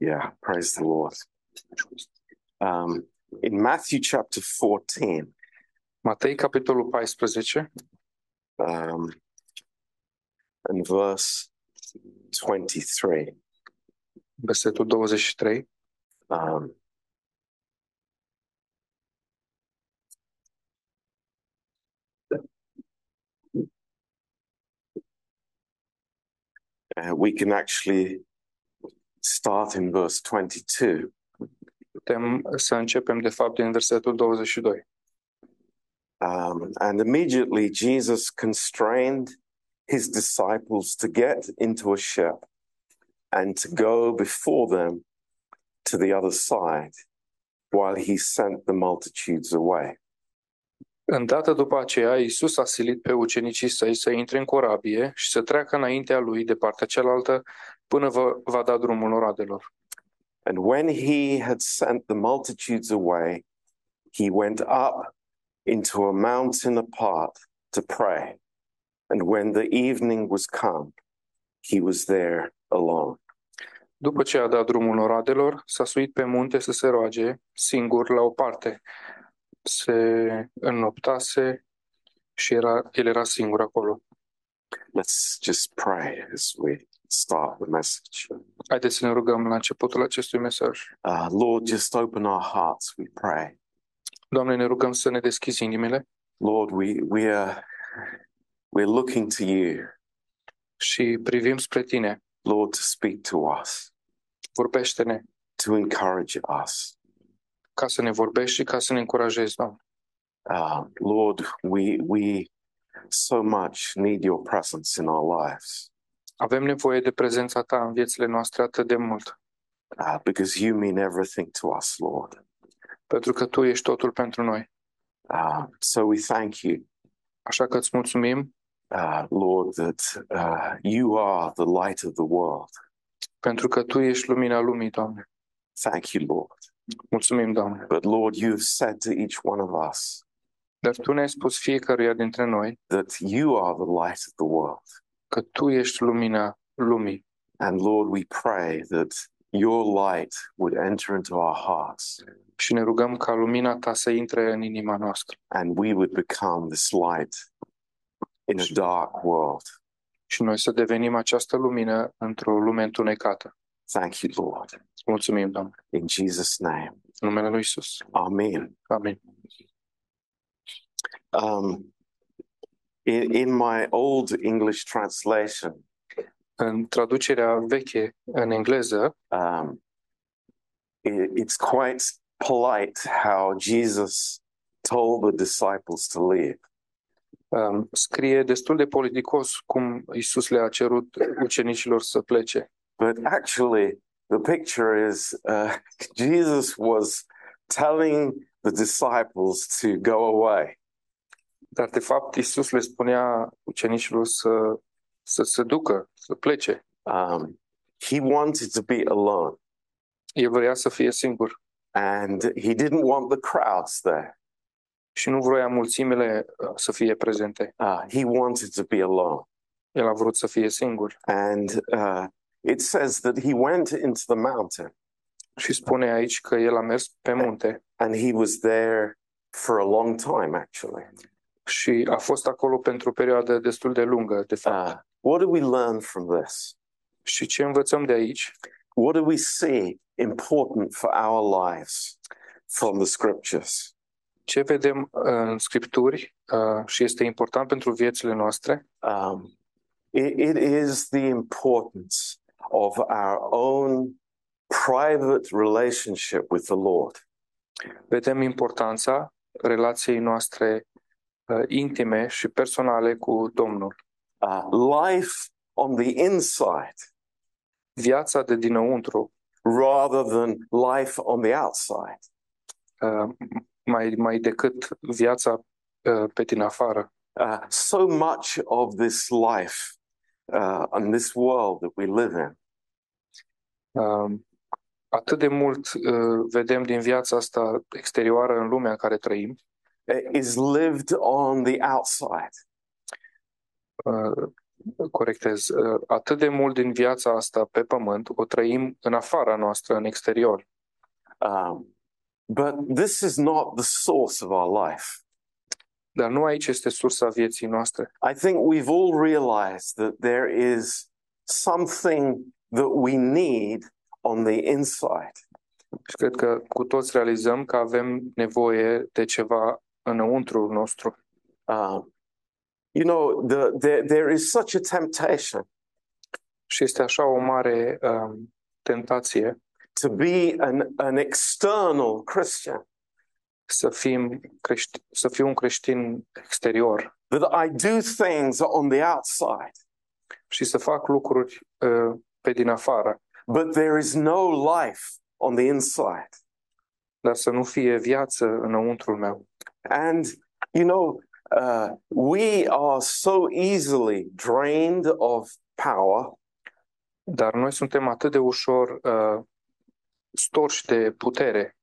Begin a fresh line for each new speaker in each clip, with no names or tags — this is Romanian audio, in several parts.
Yeah, praise the Lord. Um, in Matthew chapter 14,
Matei, capitolul 14,
um, and verse 23,
versetul 23,
um, uh, we can actually start in verse 22.
putem să începem de fapt din versetul 22.
Um, and immediately Jesus constrained his disciples to get into a ship and to go before them to the other side while he sent the multitudes away.
Îndată după aceea, Iisus a silit pe ucenicii săi să intre în corabie și să treacă înaintea lui de partea cealaltă până vă, va da drumul oradelor.
And when he had sent the multitudes away, he went up into a mountain apart to pray. And when the evening was come, he was there alone.
După ce a dat drumul oradelor, s-a suit pe munte să se roage singur la o parte. Se înnoptase și era, el era singur acolo.
Let's just pray as we start the message.
Haideți să ne rugăm la începutul acestui mesaj.
Uh, Lord, just open our hearts, we pray.
Doamne, ne rugăm să ne deschizi inimile
Lord, we, we are, we're looking to you,
și privim spre Tine.
Lord, to speak to us,
Vorbește-ne
to encourage us.
ca să ne vorbești și ca să ne încurajezi, Doamne.
Um, Lord, we, we so much need your presence in our lives
Avem nevoie de prezența Ta în viețile noastre atât de mult,
uh, because you mean everything to us, Lord.
pentru că Tu ești totul pentru noi.
Uh, so we thank you,
Așa că îți mulțumim
uh, Lord, that uh, you are the light of the world.
pentru că Tu ești lumina lumii, Doamne.
Thank you, Lord.
Mulțumim, Doamne.
But Lord, you have said to each one of us
Dar Tu ne-ai spus fiecăruia dintre noi
that you are the light of the world.
că Tu ești lumina lumii.
And Lord, we pray that your light would enter into our hearts
Și ne rugăm ca lumina Ta să intre în inima noastră
and we would become this light in a dark world.
și noi să devenim această lumină într-o lume întunecată.
Thank you, Lord.
Îți Mulțumim, Doamne.
In Jesus' name,
În numele Lui Isus.
Amen.
Amin.
Um, in, in my old English translation,
În traducerea veche în engleză,
um, it, it's quite polite how Jesus told the disciples to leave.
um, scrie destul de politicos cum Isus le-a cerut ucenicilor să plece.
But actually, the picture is uh, Jesus was telling the disciples to go away.
Dar, de fapt, Isus le spunea ucenicilor să, să se ducă, să plece.
Um, he wanted to be alone
El vrea să fie singur
and he didn't want the crowds there.
și nu vroia mulțimile uh, să fie prezente.
Uh, he wanted to be alone.
El a vrut să fie singur.
And uh, it says that he went into the mountain
Și spune aici că el a mers pe munte
and he was there for a long time, actually.
și a fost acolo pentru o perioadă destul de lungă, de fapt.
Uh, what do we learn from this?
Și ce învățăm de aici?
What do we see important for our lives from the scriptures?
Ce vedem uh, în scripturi uh, și este important pentru viețile noastre?
um, it- it is the importance of our own private relationship with the Lord.
vedem importanța relației noastre uh, intime și personale cu Domnul.
Uh, life on the inside
Viața de dinăuntru,
rather than life on the outside.
uh, mai, mai decât viața uh, pe din afară.
Uh, so much of this life uh, and this world that we live in
Uh, atât de mult uh, vedem din viața asta exterioară în lumea în care trăim,
uh, is lived on the outside.
uh, corectez, uh, atât de mult din viața asta pe pământ o trăim în afara noastră, în exterior.
Um, but this is not the source of our life.
Dar nu aici este sursa vieții noastre.
I think we've all realized that there is something that we need on the inside.
Și cred că cu toți realizăm că avem nevoie de ceva înăuntru nostru.
Um, you know, the, there, there is such a temptation
Și este așa o mare um, tentație
to be an, an external Christian,
să, fim crești- să fiu un creștin exterior
that I do things on the outside,
și să fac lucruri uh, pe din afară,
but there is no life on the inside.
dar să nu fie viață înăuntrul meu.
And, you know, uh, we are so easily drained of power
Dar noi suntem atât de ușor uh, storși de putere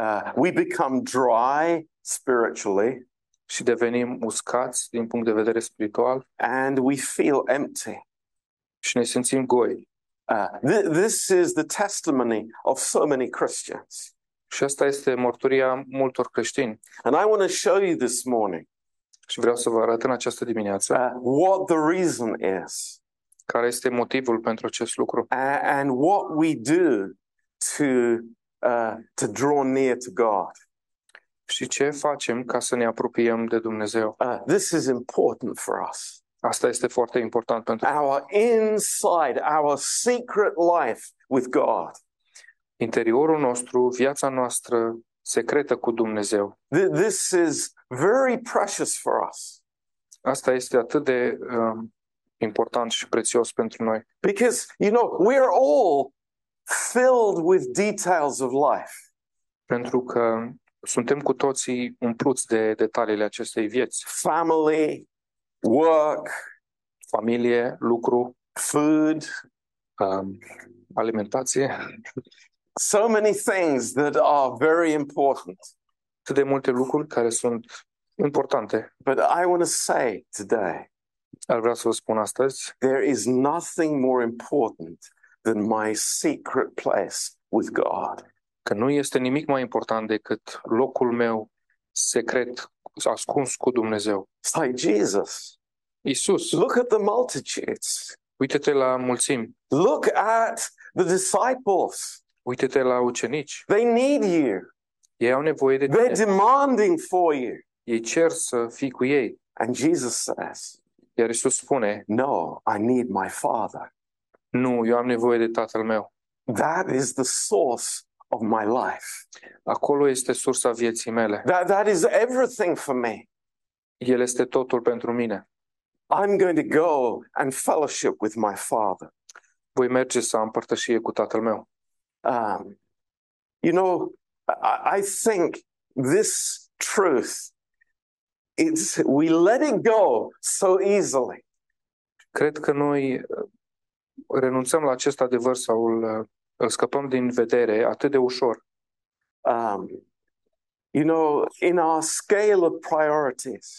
Uh, we become dry spiritually
și devenim uscați din punct de vedere spiritual
and we feel empty.
și ne simțim goi.
Uh, th- this is the testimony of so many Christians.
Și asta este mărturia multor creștini.
And I want to show you this morning
Și vreau să vă arăt în această dimineață
uh, what the reason is
care este motivul pentru acest lucru
a- and what we do to, uh, to draw near to God.
și ce facem ca să ne apropiem de Dumnezeu.
Uh, this is important for us.
Asta este foarte important pentru
Our inside, our secret life with God.
interiorul nostru, viața noastră secretă cu Dumnezeu.
Th- this is very precious for us.
Asta este atât de um, important și prețios pentru noi.
Because, you know, we're all filled with details of life,
Pentru că suntem cu toții umpluți de detaliile acestei vieți.
family, work,
Familie, lucru,
food,
um, alimentație,
so many things that are very important.
atât de multe lucruri care sunt importante.
But I want to say today,
Ar vrea să vă spun astăzi
there is nothing more important than my secret place with God.
că nu este nimic mai important decât locul meu secret, ascuns cu Dumnezeu.
It's like Jesus.
Isus,
Look at the multitudes.
uite-te la mulțimi,
Look at the disciples.
uite-te la ucenici.
They need you.
Ei au nevoie de
They're
tine.
demanding for you.
Ei cer să fii cu ei.
And Jesus says,
Iar Isus spune,
No, I need my Father.
nu, eu am nevoie de Tatăl meu.
That is the source of my life.
Acolo este sursa vieții mele.
That, that is everything for me.
El este totul pentru mine.
I'm going to go and fellowship with my Father.
Voi merge să am părtășie cu Tatăl meu.
Um, you know, I, I think this truth, it's, we let it go so easily.
Cred că noi uh, renunțăm la acest adevăr sau îl, uh, îl scăpăm din vedere atât de ușor.
Um, you know, in our scale of priorities,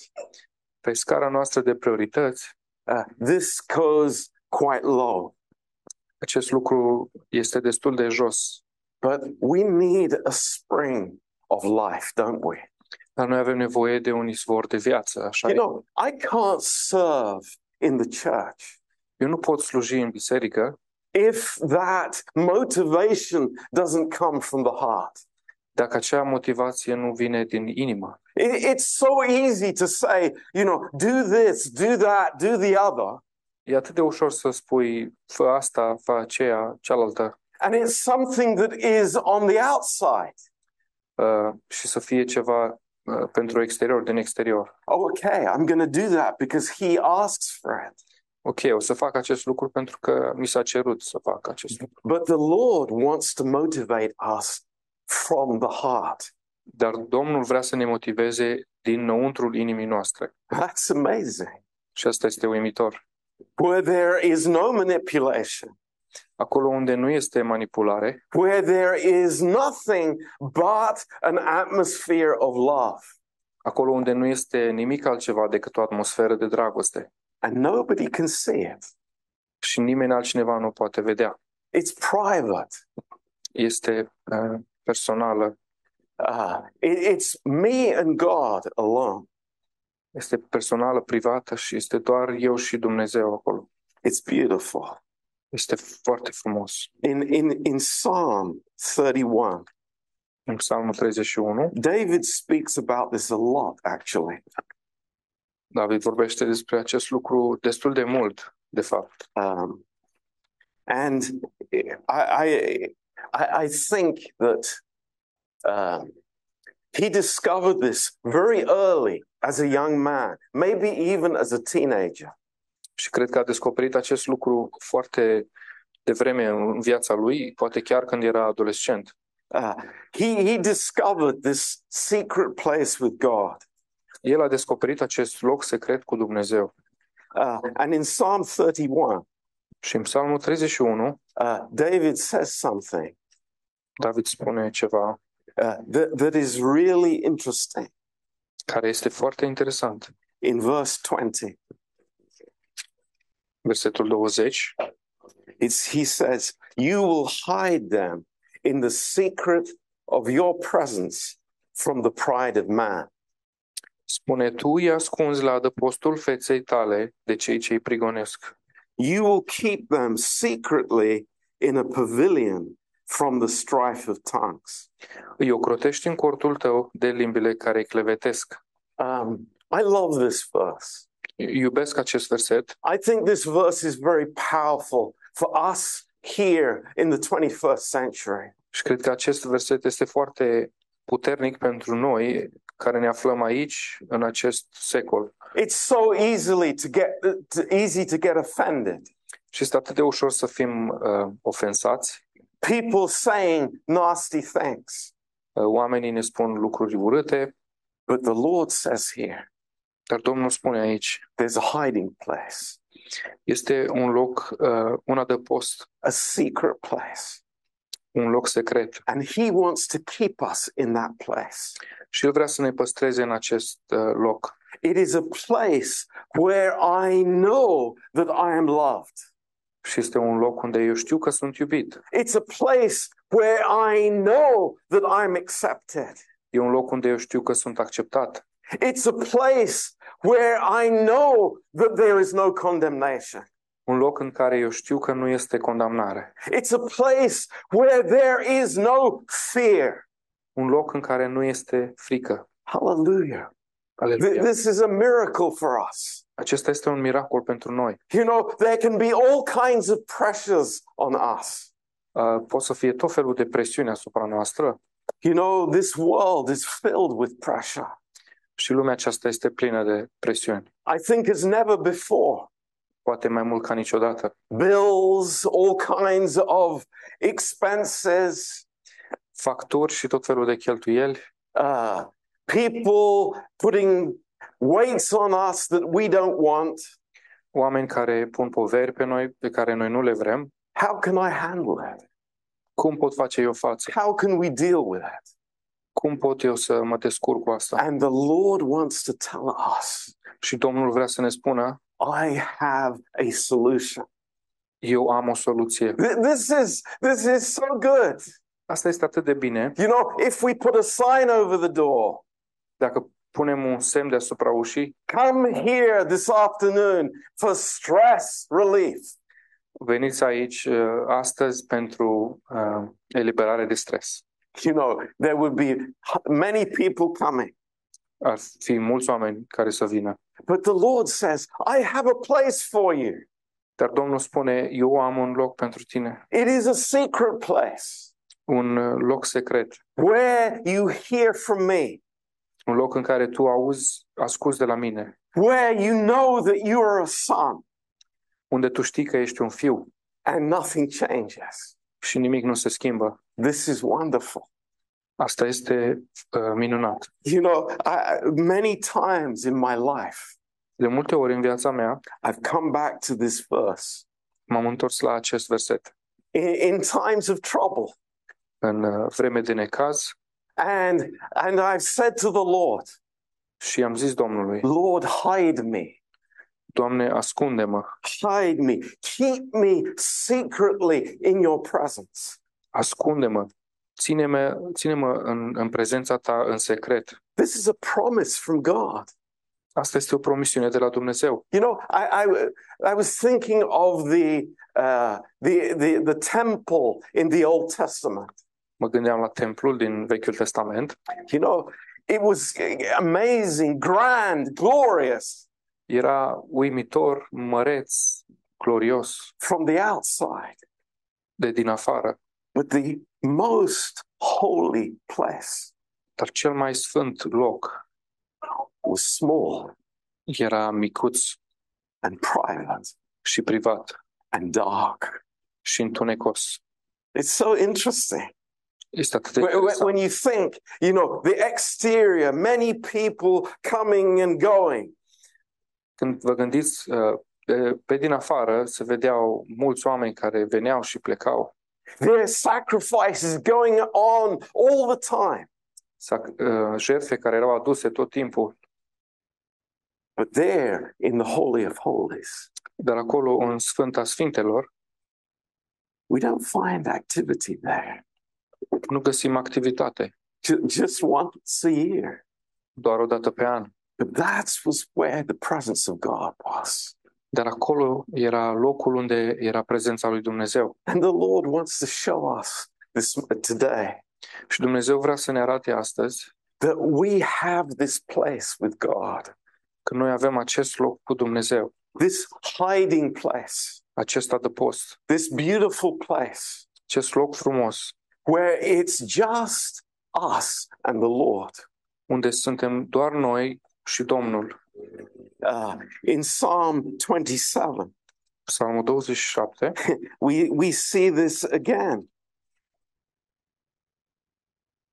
Pe scara noastră de priorități,
uh, this goes quite low.
acest lucru este destul de jos.
But we need a spring of life, don't we?
Dar noi avem nevoie de un izvor de viață, așa
You
e.
know, I can't serve in the church
Eu nu pot sluji în biserică
if that motivation doesn't come from the heart.
dacă acea motivație nu vine din inimă.
It- it's so easy to say, you know, do this, do that, do the other.
E atât de ușor să spui, fă asta, fă aceea, cealaltă,
And it's something that is on the outside.
uh, și să fie ceva uh, pentru exterior, din exterior.
Oh, okay, I'm going to do that because he asks for it.
Ok, o să fac acest lucru pentru că mi s-a cerut să fac acest lucru.
But the Lord wants to motivate us from the heart.
Dar Domnul vrea să ne motiveze dinăuntrul inimii noastre.
That's amazing.
Și asta este uimitor.
where there is no manipulation,
Acolo unde nu este manipulare,
where there is nothing but an atmosphere of love.
acolo unde nu este nimic altceva decât o atmosferă de dragoste.
and nobody can see it.
și nimeni altcineva nu o poate vedea.
It's private.
Este uh, personală,
Uh, it- it's me and God alone.
este personală, privată și este doar eu și Dumnezeu acolo.
It's beautiful.
Este foarte frumos.
In, in, in Psalm 31,
În Psalmul 31,
David speaks about this a lot, actually.
David vorbește despre acest lucru destul de mult, de fapt.
Um, and I, I, I I think that um, he discovered this very early as a young man, maybe even as a teenager.
Și cred că a descoperit acest lucru foarte devreme în viața lui, poate chiar când era adolescent.
Uh, he, he discovered this secret place with God.
El a descoperit acest loc secret cu Dumnezeu.
Uh, and in Psalm 31,
Și în Psalmul 31,
uh, David says something
David spune ceva
uh, that, that is really interesting
care este foarte interesant.
in verse 20.
Versetul 20,
It's, he says, You will hide them in the secret of your presence from the pride of man.
Spune, tu îi ascunzi la adăpostul feței tale de cei ce îi prigonesc.
You will keep them secretly in a pavilion from the strife of tongues.
Îi ocrotești în cortul tău de limbile care îi clevetesc.
Um, I love this verse.
I- Iubesc acest verset.
I think this verse is very powerful for us here in the 21st century.
Și cred că acest verset este foarte puternic pentru noi care ne aflăm aici, în acest secol.
It's so easily to get to, easy to get offended.
Și este atât de ușor să fim uh, ofensați.
People saying nasty things.
Uh, oamenii ne spun lucruri urâte,
But the Lord says here,
dar Domnul spune aici,
there's a hiding place,
este un loc, uh, un adăpost,
a secret place,
un loc secret.
and he wants to keep us in that place.
Și El vrea să ne păstreze în acest uh, loc.
It is a place where I know that I am loved.
Și este un loc unde eu știu că sunt iubit.
It's a place where I know that I'm accepted.
E un loc unde eu știu că sunt acceptat.
It's a place where I know that there is no condemnation.
Un loc în care eu știu că nu este condamnare.
It's a place where there is no fear.
Un loc în care nu este frică.
Hallelujah. Th-
Aleluia.
This is a miracle for us.
Acesta este un miracol pentru noi.
You know, there can be all kinds of pressures on us.
Uh, Pot să fie tot felul de presiuni asupra noastră
You know, this world is filled with pressure.
și lumea aceasta este plină de presiuni.
I think as never before.
Poate mai mult ca niciodată.
Bills, all kinds of expenses,
Facturi și tot felul de cheltuieli,
uh, people putting weights on us that we don't want.
oameni care pun poveri pe noi, pe care noi nu le vrem.
How can I handle it?
Cum pot face eu față?
How can we deal with it?
Cum pot eu să mă descurc cu asta?
And the Lord wants to tell us,
Și Domnul vrea să ne spună
I have a solution.
eu am o soluție.
Th- This is this is so good.
Asta este atât de bine.
You know, if we put a sign over the door,
Dacă punem un semn deasupra ușii,
come here this afternoon for stress relief.
veniți aici uh, astăzi pentru uh, eliberare de stres.
You know, there would be h- many people coming.
Ar fi mulți oameni care să vină.
But the Lord says, I have a place for you.
Dar Domnul spune, eu am un loc pentru tine,
It is a secret place
un uh, loc secret,
where you hear from me,
un loc în care tu auzi, asculți de la mine,
where you know that you are a son
unde tu știi că ești un fiu
and nothing changes.
și nimic nu se schimbă.
This is wonderful.
Asta este uh, minunat.
You know, I, many times in my life,
De multe ori în viața mea
I've come back to this verse
m-am întors la acest verset.
in, in times of trouble.
În uh, vreme de necaz,
And, and I've said to the Lord,
Și am zis Domnului,
Lord, hide me.
Doamne, ascunde-mă,
Hide me. Keep me secretly in your presence.
ascunde-mă, ține-mă, ține-mă în, în prezența ta în secret.
This is a promise from God.
Asta este o promisiune de la Dumnezeu.
You know, I, I, I was thinking of the, uh, the, the, the temple in the Old Testament.
Mă gândeam la templul din Vechiul Testament.
You know, it was amazing, grand, glorious
Era uimitor, măreț, glorios,
from the outside,
de din afară,
but the most holy place
dar cel mai sfânt loc
was small
era micuț
and private
și privat
and dark.
și întunecos.
It's so interesting.
Este atât de
When, when-
interesant.
when you think, you know, the exterior, many people coming and going,
Când vă gândiți, uh, pe- pe din afară se vedeau mulți oameni care veneau și plecau.
there are sacrifices going on all the time.
Sac- uh, Jertfe care erau aduse tot timpul,
But there in the Holy of Holies,
dar acolo în Sfânta Sfintelor
we don't find activity there.
nu găsim activitate,
Ju- Just once a year.
doar o dată pe an.
But that was where the presence of God was.
Dar acolo era locul unde era prezența lui Dumnezeu.
And the Lord wants to show us this today
Și Dumnezeu vrea să ne arate astăzi
that we have this place with God,
că noi avem acest loc cu Dumnezeu,
this hiding place,
acest adăpost,
this beautiful place
acest loc frumos,
where it's just us and the Lord.
unde suntem doar noi și Domnul.
Uh, in Psalm 27,
Psalmul 27,
we, we see this again.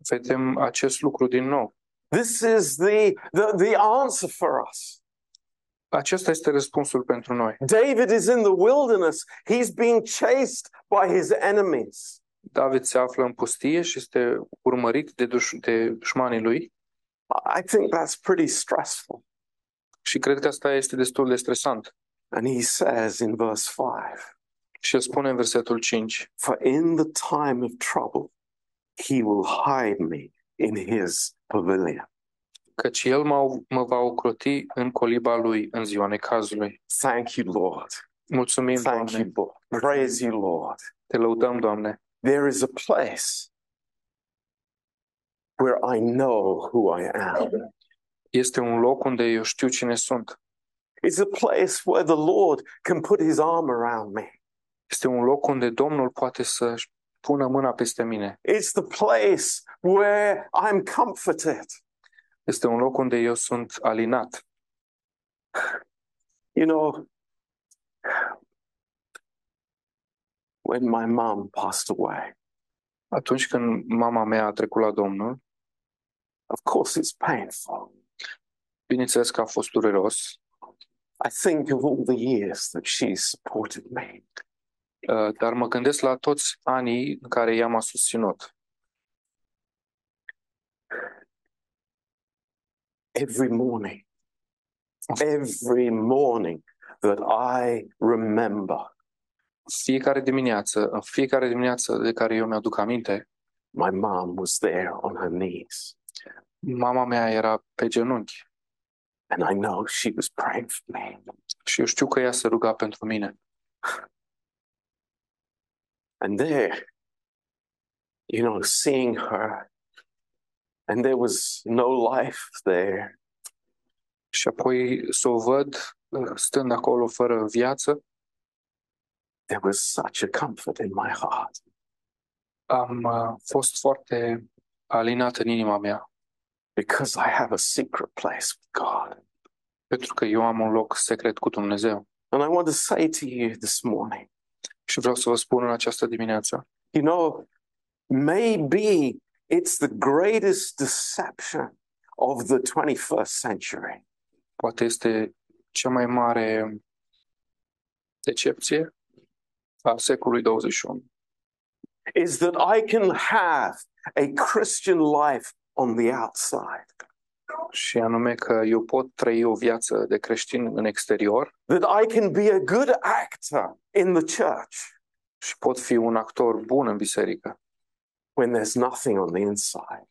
vedem acest lucru din nou.
This is the, the, the answer for us.
Acesta este răspunsul pentru noi.
David is in the wilderness. He's being chased by his enemies.
David se află în pustie și este urmărit de, duș- de dușmanii lui
I think that's pretty stressful.
și cred că asta este destul de stresant.
And he says in verse 5
Și el spune în versetul 5,
For in the time of trouble, he will hide me in his pavilion.
căci el mă, mă va ocroti în coliba lui în ziua necazului.
Thank you, Lord.
Mulțumim,
Thank
Doamne,
you, Lord. Praise you, Lord.
te lăudăm, Doamne.
There is a place where I know who I am.
Este un loc unde eu știu cine sunt.
It's a place where the Lord can put his arm around me.
Este un loc unde Domnul poate să-și pună mâna peste mine.
It's the place where I'm comforted.
Este un loc unde eu sunt alinat.
You know, when my mom passed away,
Atunci când mama mea a trecut la Domnul,
of course it's painful.
bineînțeles că a fost dureros.
I think of all the years that she supported me.
Uh, dar mă gândesc la toți anii în care ea m-a susținut.
Every morning, every morning that I remember,
Fiecare dimineață, în fiecare dimineață de care eu mi-aduc aminte,
my mom was there on her knees.
mama mea era pe genunchi
And I know she was praying for me.
și eu știu că ea se ruga pentru mine.
And there, you know, seeing her, and there was no life there.
Și apoi să o văd uh, stând acolo fără viață,
there was such a comfort in my heart.
am uh, fost foarte alinat în inima mea,
Because I have a secret place with God.
pentru că eu am un loc secret cu Dumnezeu.
And I want to say to you this morning,
Și vreau să vă spun în această dimineață,
you know, maybe it's the greatest deception of the 21st century
poate este cea mai mare decepție a secolului 21.
is that I can have a Christian life on the outside
și anume că eu pot trăi o viață de creștin în exterior
that I can be a good actor in the church
și pot fi un actor bun în biserică,
when there's nothing on the inside.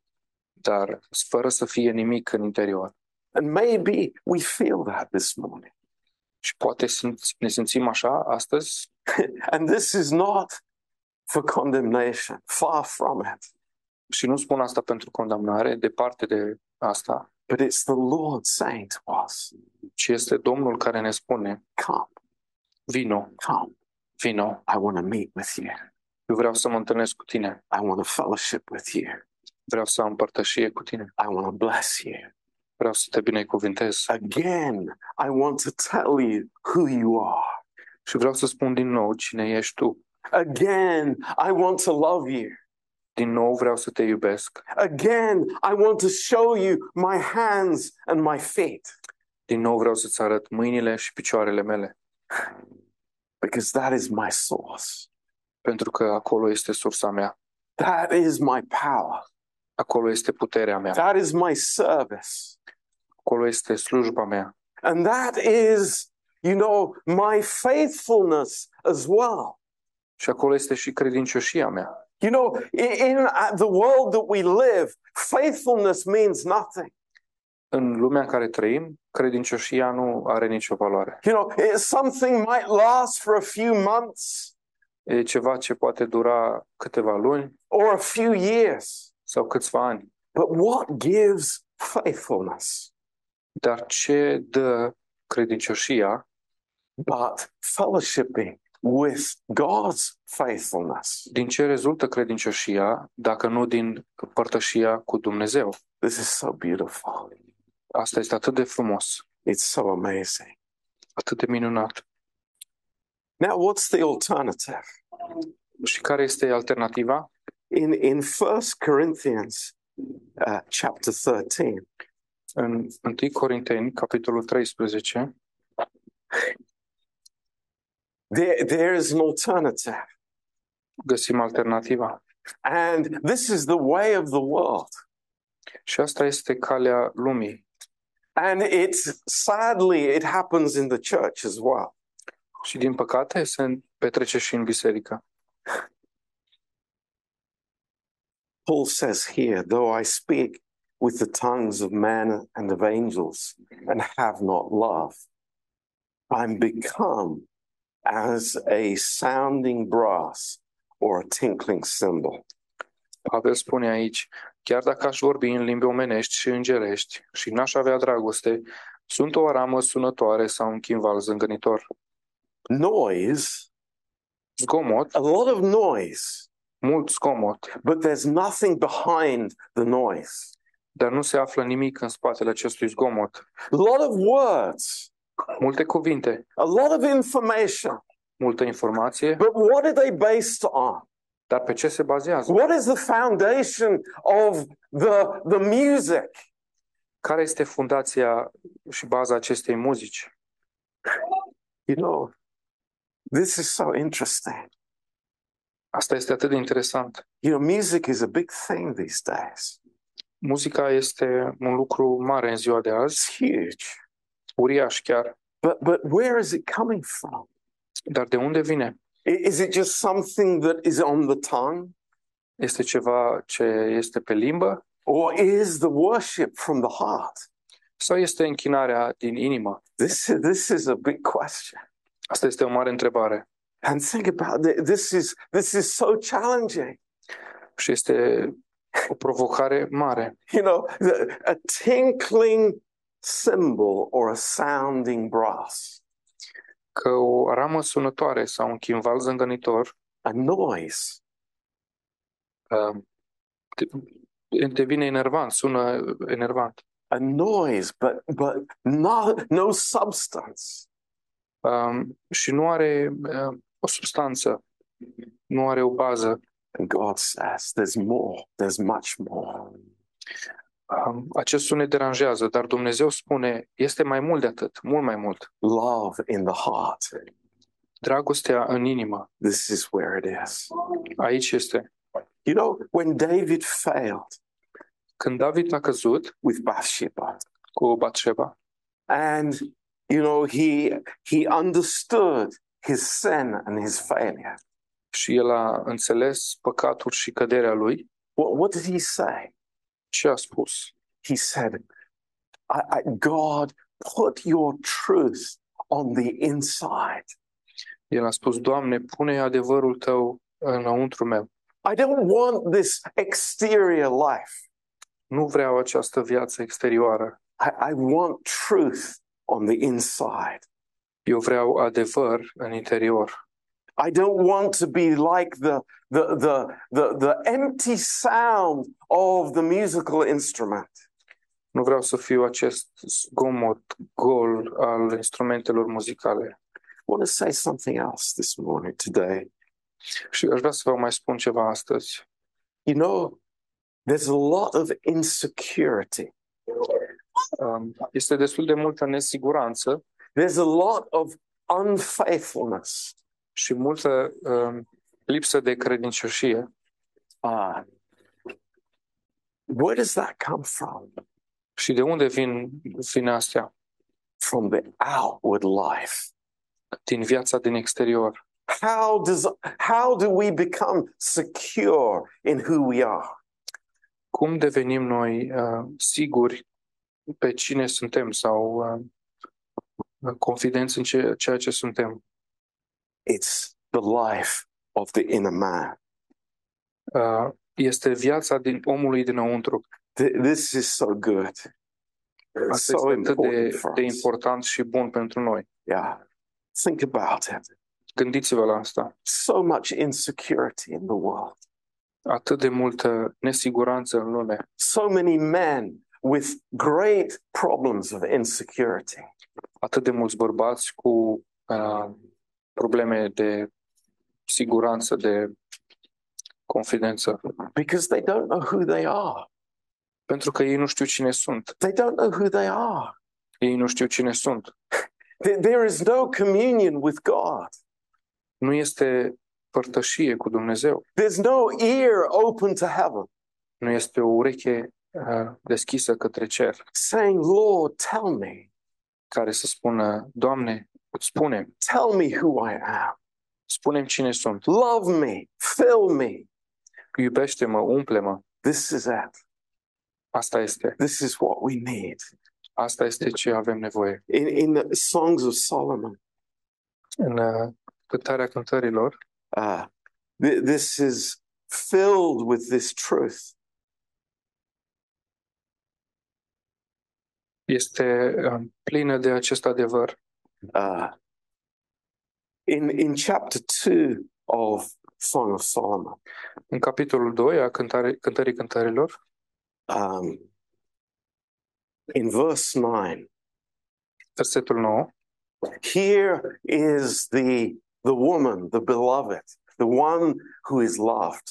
dar fără să fie nimic în interior.
And maybe we feel that this morning.
Și poate simți, ne simțim așa astăzi
And this is not for condemnation, far from it,
și nu spun asta pentru condamnare, departe de asta,
but it's the Lord saying to us,
ci este Domnul care ne spune,
Come,
vino,
come,
vino,
I want to meet with you,
eu vreau să mă întâlnesc cu tine,
I want to fellowship with you,
vreau să am părtășie cu tine,
I want to bless you.
vreau să te binecuvintez
Again, I want to tell you who you are.
și vreau să spun din nou cine ești tu.
Again, I want to love you.
Din nou vreau să te iubesc.
Again, I want to show you my hands and my feet,
Din nou vreau să-ți arăt mâinile și picioarele mele,
because that is my source.
pentru că acolo este sursa mea,
That is my power.
acolo este puterea mea,
That is my service.
acolo este slujba mea
And that is, you know, my faithfulness as well.
și acolo este și credincioșia mea.
You know, i- in uh, the world that we live, faithfulness means nothing.
În lumea în care trăim, credincioșia nu are nicio valoare.
You know, it, something might last for a few months
E ceva ce poate dura câteva luni
or a few years,
sau câțiva ani.
but what gives faithfulness
Dar ce dă credincioșia
but fellowshipping with God's faithfulness?
Din ce rezultă credincioșia dacă nu din părtășia cu Dumnezeu?
This is so beautiful.
Asta este atât de frumos,
It's so amazing.
atât de minunat.
Now, what's the alternative?
Și care este alternativa?
In in First Corinthians uh, chapter 13,
În 1 Corinteni, capitolul 13,
there, there is an alternative.
găsim alternativa.
And this is the way of the world.
Și asta este calea lumii.
And it's sadly, it happens in the church as well.
Și din păcate se petrece și în biserică.
Paul says here, though I speak with the tongues of men and of angels and have not love, I'm become as a sounding brass or a tinkling cymbal.
Pavel spune aici, chiar dacă aș vorbi în limbi omenești și îngerești și n-aș avea dragoste, sunt o aramă sunătoare sau un chimval zângănitor.
Noise,
Zgomot,
a lot of noise,
mult zgomot,
but there's nothing behind the noise.
dar nu se află nimic în spatele acestui zgomot.
A lot of words,
Multe cuvinte,
a lot of information,
multă informație,
but what are they based on?
dar pe ce se bazează?
What is the foundation of the, the music?
Care este fundația și baza acestei muzici?
You know, this is so interesting.
Asta este atât de interesant.
You know, music is a big thing these days.
Muzica este un lucru mare în ziua de azi,
It's huge.
uriaș chiar,
But but where is it coming from?
dar de unde vine?
I- Is it just something that is on the tongue?
Este ceva ce este pe limbă
Or is the worship from the heart?
sau este închinarea din inimă?
This is, this is a big question.
Asta este o mare întrebare
And think about it. This is this is so challenging.
și este o provocare mare.
You know, the- a tinkling cymbal or a sounding brass,
Că o aramă sunătoare sau un chimval zângănitor
a noise.
Uh, te- devine enervant, sună enervant.
a noise, but but not no substance.
Um, și nu are uh, o substanță, nu are o bază.
And God says, "There's more. There's much more."
Um, acest sunet deranjează, dar Dumnezeu spune, este mai mult de atât, mult mai mult.
Love in the heart.
Dragostea în inimă,
This is where it is.
aici este.
You know, when David failed
Când David a căzut
with Bathsheba,
cu Batșeba.
And you know, he he understood his sin and his failure.
Și el a înțeles păcatul și căderea lui.
What what did he say?
Ce a spus?
He said, I, I, God, put your truth on the inside.
El a spus, Doamne, pune adevărul tău înăuntru meu.
I don't want this exterior life.
Nu vreau această viață exterioară.
I, I want truth on the inside.
Eu vreau adevăr în interior.
I don't want to be like the, the, the, the, the empty sound of the musical instrument.
Nu vreau să fiu acest zgomot gol al instrumentelor muzicale.
I want to say something else this morning, today.
Și aș vrea să vă mai spun ceva astăzi.
You know, there's a lot of insecurity,
Um, Este destul de multă nesiguranță
there's a lot of unfaithfulness.
și multă um, lipsă de credincioșie.
Ah, where does that come from?
Și de unde vin, vin astea?
From the outward life.
Din viața din exterior.
How does how do we become secure in who we are?
Cum devenim noi uh, siguri pe cine suntem sau uh, confidenți în ce, ceea ce suntem?
It's the life of the inner man.
Uh, este viața din omului dinăuntru.
Th- this is so good. It's
Asta
so
este atât de,
important for
de
us.
important și bun pentru noi.
Yeah. Think about it.
Gândiți-vă la asta.
So much insecurity in the world.
Atât de multă nesiguranță în lume.
So many men with great problems of insecurity.
atât de mulți bărbați cu uh, probleme de siguranță, de confidență,
because they don't know who they are.
pentru că ei nu știu cine sunt.
They don't know who they are.
Ei nu știu cine sunt.
There- There is no communion with God.
Nu este părtășie cu Dumnezeu,
There's no ear open to heaven
nu este o ureche uh, deschisă către cer
saying, Lord, tell me,
care să spună, Doamne, spune,
tell me who I am.
spunem cine sunt,
Love me, fill me.
iubește-mă, umple-mă.
This is it.
Asta este.
This is what we need.
Asta este ce avem nevoie.
In, in the Songs of Solomon,
În uh, cântarea cântărilor
uh, th- this is filled with this truth.
este uh, plină de acest adevăr.
Uh, in, in chapter 2 of Song of Solomon,
În capitolul 2 a cântare, Cântării Cântărilor,
um, in verse 9
versetul 9,
here is the the woman the beloved the one who is loved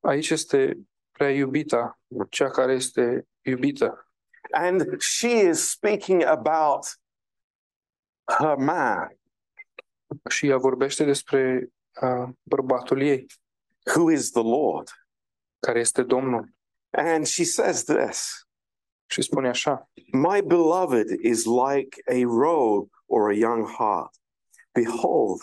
aici este prea iubita, cea care este iubită.
and she is speaking about her man
Și ea vorbește despre uh, bărbatul ei,
who is the lord
care este Domnul.
and she says this
Și spune așa,
my beloved is like a roe or a young hart behold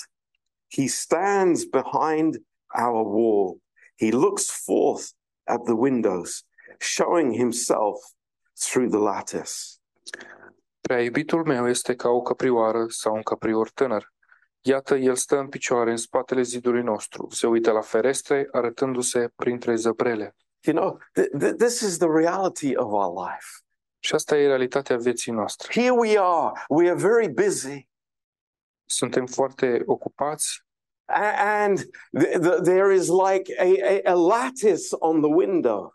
he stands behind our wall he looks forth at the windows showing himself through the lattice
prea iubitul meu este ca o căprioară sau un căprior tânăr. Iată, el stă în picioare în spatele zidului nostru, se uită la ferestre, arătându-se printre zăprele.
You know, th- th- this is the reality of our life.
Și asta e realitatea vieții noastre.
Here we are, we are very busy,
Suntem foarte ocupați
a- and th- th- there is like a-, a-, a lattice on the window.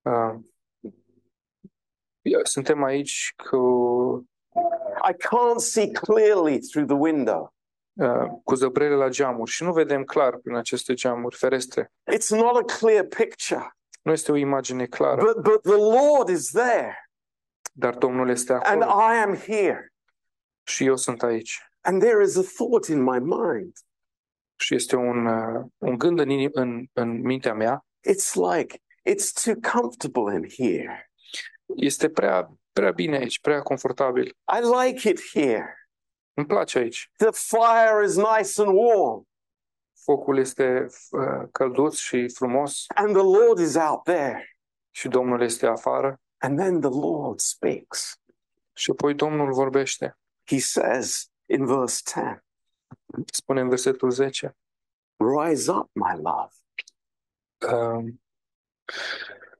Uh, suntem aici cu,
I can't see clearly through the window.
uh, cu zăbrele la geamuri și nu vedem clar prin aceste geamuri ferestre.
It's not a clear picture,
Nu este o imagine clară,
but, but the Lord is there,
dar Domnul este
and
acolo
I am here.
și eu sunt aici.
And there is a thought in my mind.
Și este un, uh, un gând în, inim- în, în mintea mea.
It's like, it's too comfortable in here.
Este prea prea bine aici, prea confortabil.
I like it here.
Îmi place aici.
The fire is nice and warm,
Focul este uh, călduț și frumos
and the Lord is out there.
și Domnul este afară
And then the Lord speaks.
și apoi Domnul vorbește.
He says in verse 10,
Spune în versetul 10.
Rise up, my love,
Uh,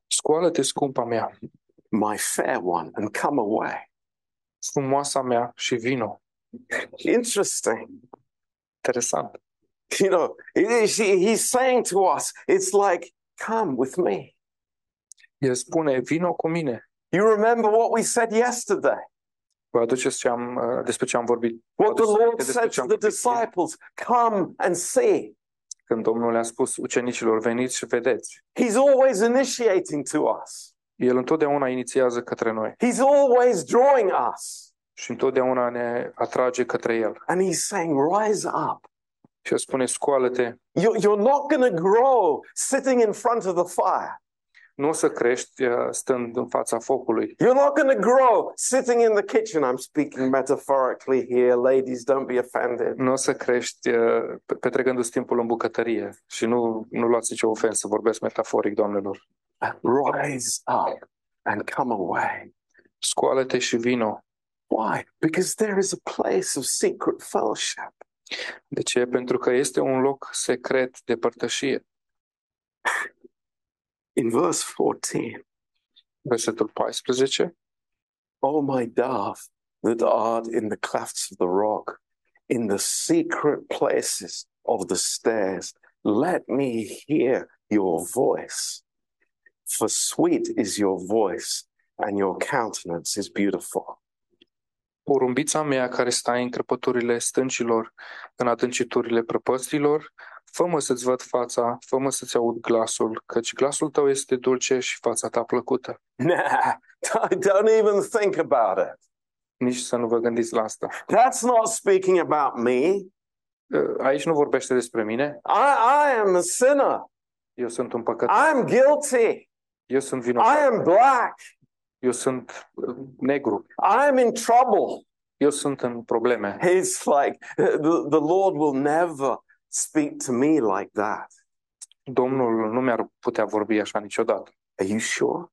Scoală-te, scumpa mea,
my fair one, and come away.
frumoasa mea și vino.
Interesting.
Interesant.
You know, he- he- he's saying to us, it's like, come with me.
El spune, vino cu mine.
You remember what we said yesterday,
Vă aduceți ce am, uh, despre ce am vorbit
what the
Understand
Lord
that it's
said
the
to
jump
the
between-
disciples come and see.
când Domnul le-a spus ucenicilor, veniți și vedeți.
He's always initiating to us,
El întotdeauna inițiază către noi
He's always drawing us.
și întotdeauna ne atrage către El.
And He's saying, rise up.
Și el spune, scoală-te,
You're, you're not going to grow sitting in front of the fire.
nu o să crești uh, stând în fața focului.
You're not going to grow sitting in the kitchen. I'm speaking metaphorically here. Ladies, don't be offended.
Nu o să crești uh, pe- petrecându-ți timpul în bucătărie. Și nu, nu luați nicio ofensă, vorbesc metaforic, doamnelor.
Rise up and come away.
Scoală-te și vino.
Why? Because there is a place of secret fellowship.
De ce? Pentru că este un loc secret de părtășie.
In verse 14,
Versetul 14.
O my dove that art in the clefts of the rock, in the secret places of the stairs, let me hear your voice. For sweet is your voice, and your countenance is beautiful.
Porumbița mea care stai în crăpăturile stâncilor, în adânciturile prăpăstilor, fă-mă să-ți văd fața, fă-mă să-ți aud glasul, căci glasul tău este dulce și fața ta plăcută.
Nah, don't- don't even think about it.
Nici să nu vă gândiți la asta.
That's not speaking about me.
Ă, Aici nu vorbește despre mine,
I, I am a sinner.
eu sunt un păcătos,
I'm guilty.
eu sunt
I
vinovat,
am black.
eu sunt uh, negru,
I'm in trouble.
eu sunt în probleme.
It's like the, the Lord will never speak to me like that.
Domnul nu mi-ar putea vorbi așa niciodată.
Are you sure?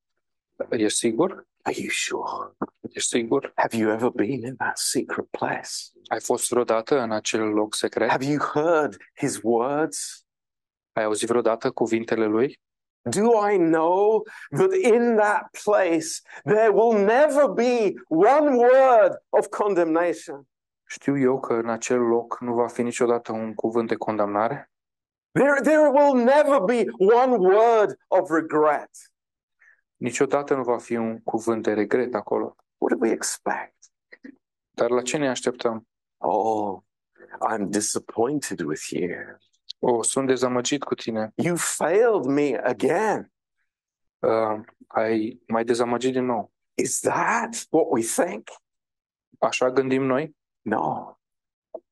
Ești sigur?
Are you sure?
Ești sigur?
Have you ever been in that secret place?
Ai fost vreodată în acel loc secret?
Have you heard his words?
Ai auzit vreodată cuvintele lui?
Do I know that in that place there will never be one word of condemnation?
Știu eu că în acel loc nu va fi niciodată un cuvânt de condamnare,
There, there will never be one word of regret.
niciodată nu va fi un cuvânt de regret acolo.
What do we expect?
Dar la ce ne așteptăm?
Oh, I'm disappointed with you.
O, sunt dezamăgit cu tine.
You failed me again.
Uh, ai mai dezamăgit din nou.
Is that what we think?
Așa gândim noi?
No,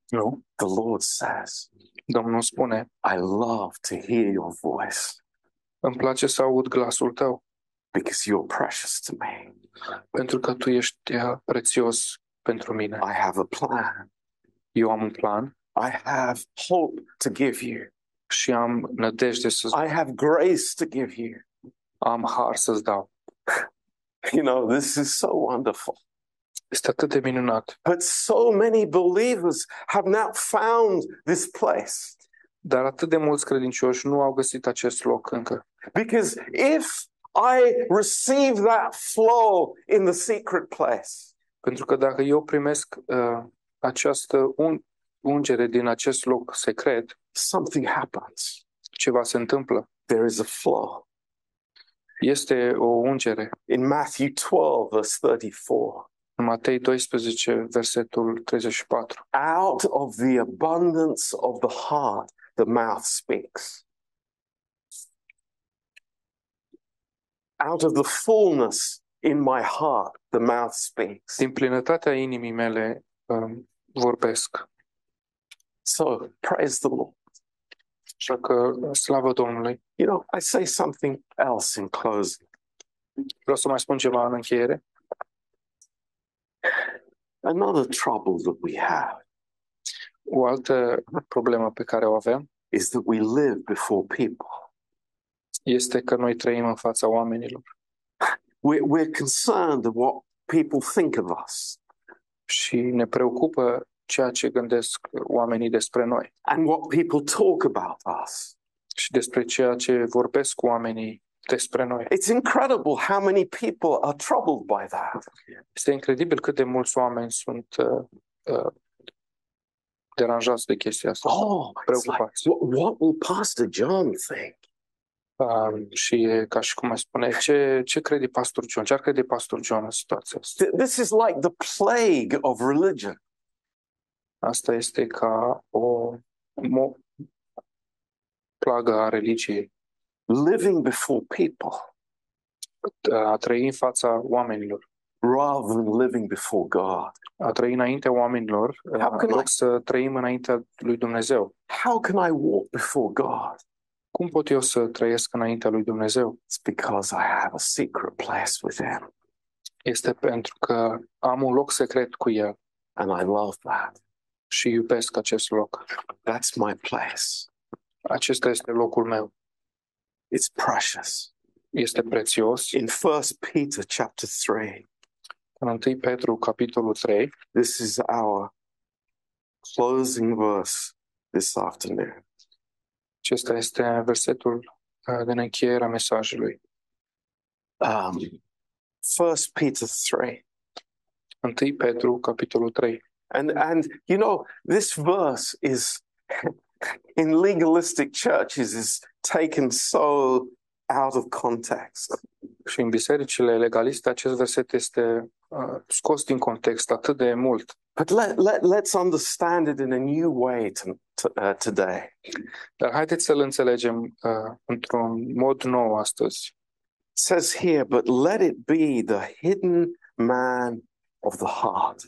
Nu.
the Lord says,
Domnul spune,
I love to hear your voice
îmi place să aud glasul tău,
because you're precious to me.
pentru că tu ești uh, prețios pentru mine.
I have a plan.
Eu am un plan
I have hope to give you.
și am nădejde să
I have grace to give you.
am har să-ți dau.
You know, this is so wonderful.
Este atât de minunat.
But so many believers have not found this place
Dar atât de mulți credincioși nu au găsit acest loc încă.
because if I receive that flow in the secret place,
Pentru că dacă eu primesc uh, această un- ungere din acest loc secret,
something happens.
ceva se întâmplă.
There is a flow.
Este o ungere.
In Matthew 12, verse 34,
În Matei 12, versetul 34.
out of the abundance of the heart, the mouth speaks. Out of the fullness in my heart, the mouth speaks.
Din plinătatea inimii mele um, vorbesc.
So praise the Lord.
Așa că, slavă Domnului.
You know, I say something else in closing.
Vreau să mai spun ceva în încheiere.
Another trouble that we have
O altă problemă pe care o avem
is that we live before people.
este că noi trăim în fața oamenilor
We're, we're concerned of what people think of us
și ne preocupă ceea ce gândesc oamenii despre noi
and what people talk about us.
și despre ceea ce vorbesc oamenii despre noi.
It's incredible how many people are troubled by that.
Este incredibil cât de mulți oameni sunt uh, uh, deranjați de chestia asta,
Oh, it's like,
preocupați.
what, what will Pastor John think?
Um, și e ca și cum ai spune, ce, ce crede pastor John? Ce ar crede pastor John în situația asta?
Th- This is like the plague of religion.
Asta este ca o mo- plagă a religiei,
living before people
a trăi în fața oamenilor,
rather than living before God.
a trăi înaintea oamenilor,
How
în
can I-
loc să trăim înaintea lui Dumnezeu.
How can I walk before God?
Cum pot eu să trăiesc înaintea lui Dumnezeu?
It's because I have a secret place with Him,
Este pentru că am un loc secret cu El
and I love that.
și iubesc acest loc.
That's my place.
Acesta este locul meu.
It's precious.
Este prețios.
In First Peter chapter three,
În 1 Petru, capitolul 3,
this is our closing verse this afternoon.
Acesta este versetul uh, din încheierea mesajului.
Um, First Peter three,
1 Petru, capitolul 3.
and and you know this verse is in legalistic churches is taken so out of context.
Și în bisericile legaliste acest verset este uh, scos din context atât de mult.
But let, let, let's understand it in a new way to, to, uh, today.
Dar haideți să-l înțelegem uh, într-un mod nou astăzi.
It says here, but let it be the hidden man of the heart.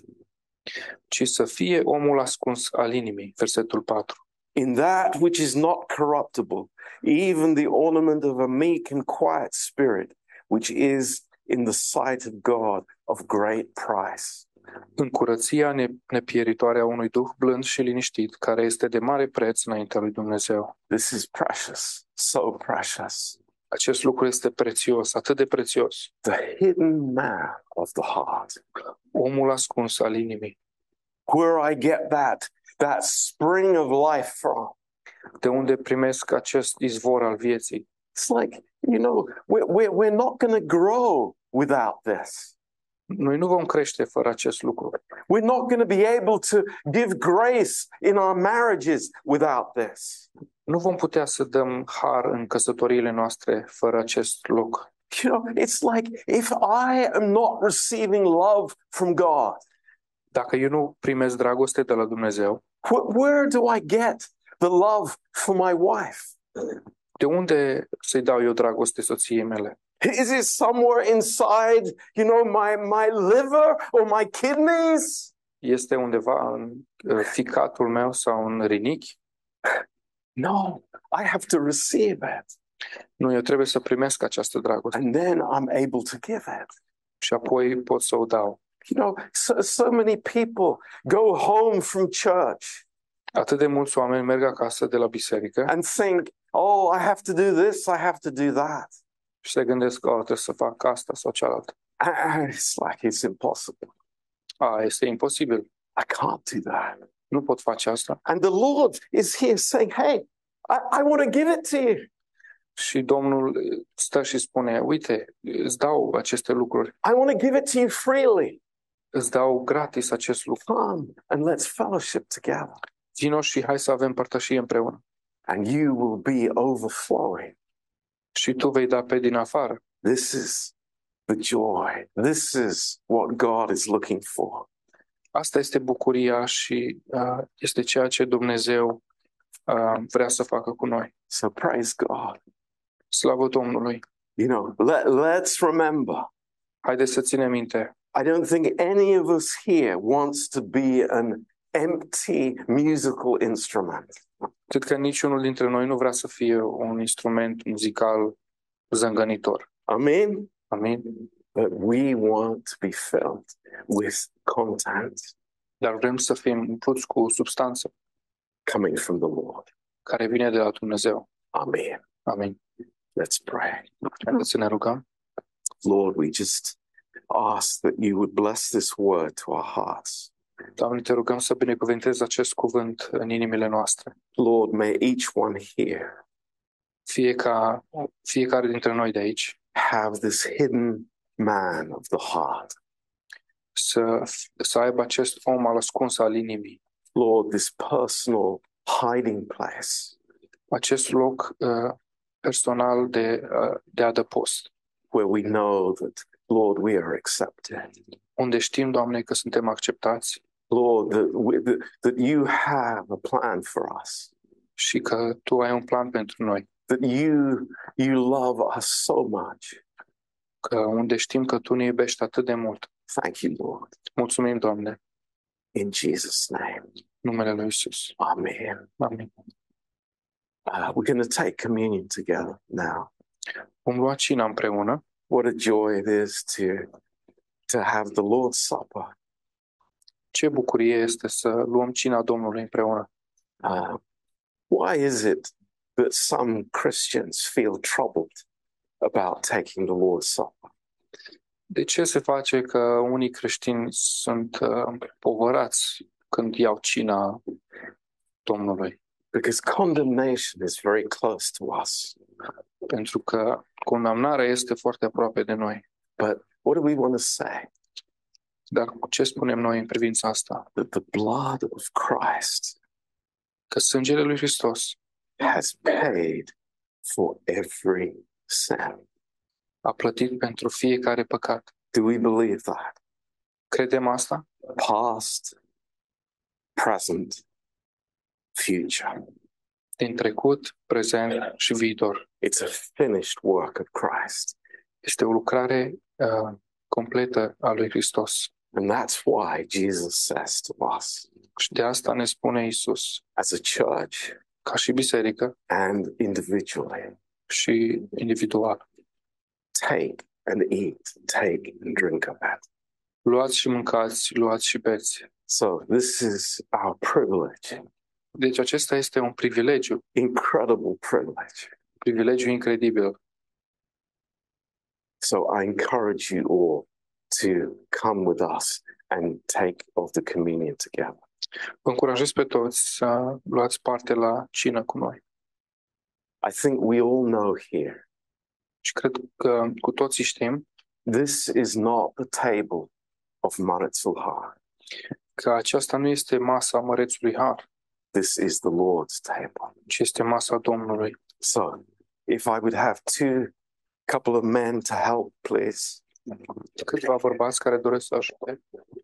Ci să fie omul ascuns al inimii, versetul 4.
In that which is not corruptible, even the ornament of a meek and quiet spirit, which is in the sight of God of great price.
În curăția ne- nepieritoare a unui duh blând și liniștit, care este de mare preț înaintea lui Dumnezeu.
This is precious, so precious.
Acest lucru este prețios, atât de prețios.
The hidden man of the heart.
Omul ascuns al inimii.
Where I get that, that spring of life from.
de unde primesc acest izvor al vieții.
It's like, you know, we're, we're, we're not going to grow without this.
Noi nu vom crește fără acest lucru.
We're not going to be able to give grace in our marriages without this.
Nu vom putea să dăm har în căsătoriile noastre fără acest loc.
You know, it's like if I am not receiving love from God,
Dacă eu nu primesc dragoste de la Dumnezeu,
wh- where do I get the love for my wife?
de unde să-i dau eu dragoste soției mele?
Is it somewhere inside, you know, my, my liver or my kidneys?
Este undeva în uh, ficatul meu sau în rinichi?
No, I have to receive it.
Nu, eu trebuie să primesc această dragoste
And then I'm able to give it.
și apoi pot să o dau.
You know, so, so many people go home from church
Atât de mulți oameni merg acasă de la biserică
and think, oh, I have to do this, I have to do that.
și se gândesc că trebuie să fac asta sau cealaltă.
And it's like, it's impossible.
A, este imposibil.
I can't do that.
Nu pot face asta.
And the Lord is here saying, hey, I, I want to give it to you.
Și Domnul uh, stă și spune, uite, îți dau aceste lucruri,
I want to give it to you freely.
îți dau gratis acest lucru.
Come and let's fellowship together.
Vino și hai să avem părtășie împreună.
and you will be overflowing.
Și tu vei da pe din afară.
This is the joy. This is what God is looking for.
Asta este bucuria și uh, este ceea ce Dumnezeu uh, vrea să facă cu noi.
So praise God.
Slavă Domnului!
You know, let, let's remember,
Haideți să ținem minte.
I don't think any of us here wants to be an empty musical instrument.
Cred că niciunul dintre noi nu vrea să fie un instrument muzical zângănitor.
I mean,
Amin?
But we want to be filled with content
dar vrem să fim umpluți cu substanță
coming from the Lord.
care vine de la Dumnezeu.
Amen.
Amin.
Let's pray.
Haideți să ne rugăm.
Lord, we just ask that you would bless this word to our hearts.
Doamne, te rugăm să binecuvântezi acest cuvânt în inimile noastre.
Lord, may each one here
Fie ca fiecare dintre noi de aici
have this hidden man of the heart.
să, să aibă acest om al ascuns al inimii,
Lord, this personal hiding place
acest loc uh, personal de, uh, de adăpost,
where we know that, Lord, we are accepted.
unde știm, Doamne, că suntem acceptați
Lord, that, we, that, that you have a plan for us,
și că Tu ai un plan pentru noi,
that you, you love us so much.
că unde știm că Tu ne iubești atât de mult.
Thank you, Lord.
Mulțumim, Doamne,
In Jesus' name,
numele Lui Isus.
Amen.
Amin.
Uh, we're going to take communion together now.
Vom lua cina împreună.
What a joy it is to, to have the Lord's Supper.
Ce bucurie este să luăm cina Domnului împreună.
Uh, why is it that some Christians feel troubled about taking the Lord's Supper?
De ce se face că unii creștini sunt uh, povărați când iau cina Domnului?
Because condemnation is very close to us.
Pentru că condamnarea este foarte aproape de noi.
But what do we want to say?
Dar ce spunem noi în privința asta?
That the blood of Christ
Că sângele lui Hristos
has paid for every sin.
a plătit pentru fiecare păcat.
Do we believe that?
Credem asta?
Past, present, future.
Din trecut, prezent și viitor.
It's a finished work of Christ.
Este o lucrare uh, completă a lui Hristos.
And that's why Jesus says to us
Și de asta ne spune Isus,
as a church,
ca și biserică
and individually.
și individual.
Take and eat, take and drink of it.
Luați și mâncați, luați și beți.
So, this is our privilege,
Deci acesta este un privilegiu,
incredible privilege.
privilegiu incredibil.
So, I encourage you all to come with us and take of the communion together.
Vă încurajez pe toți să luați parte la cină cu noi.
I think we all know here
Și cred că cu toții știm
this is not the table of Manitsulhar,
că aceasta nu este masa mărețului har,
this is the Lord's table.
ci este masa Domnului.
So, if I would have two couple of men to help, please.
Câțiva vorbați care doresc să ajute,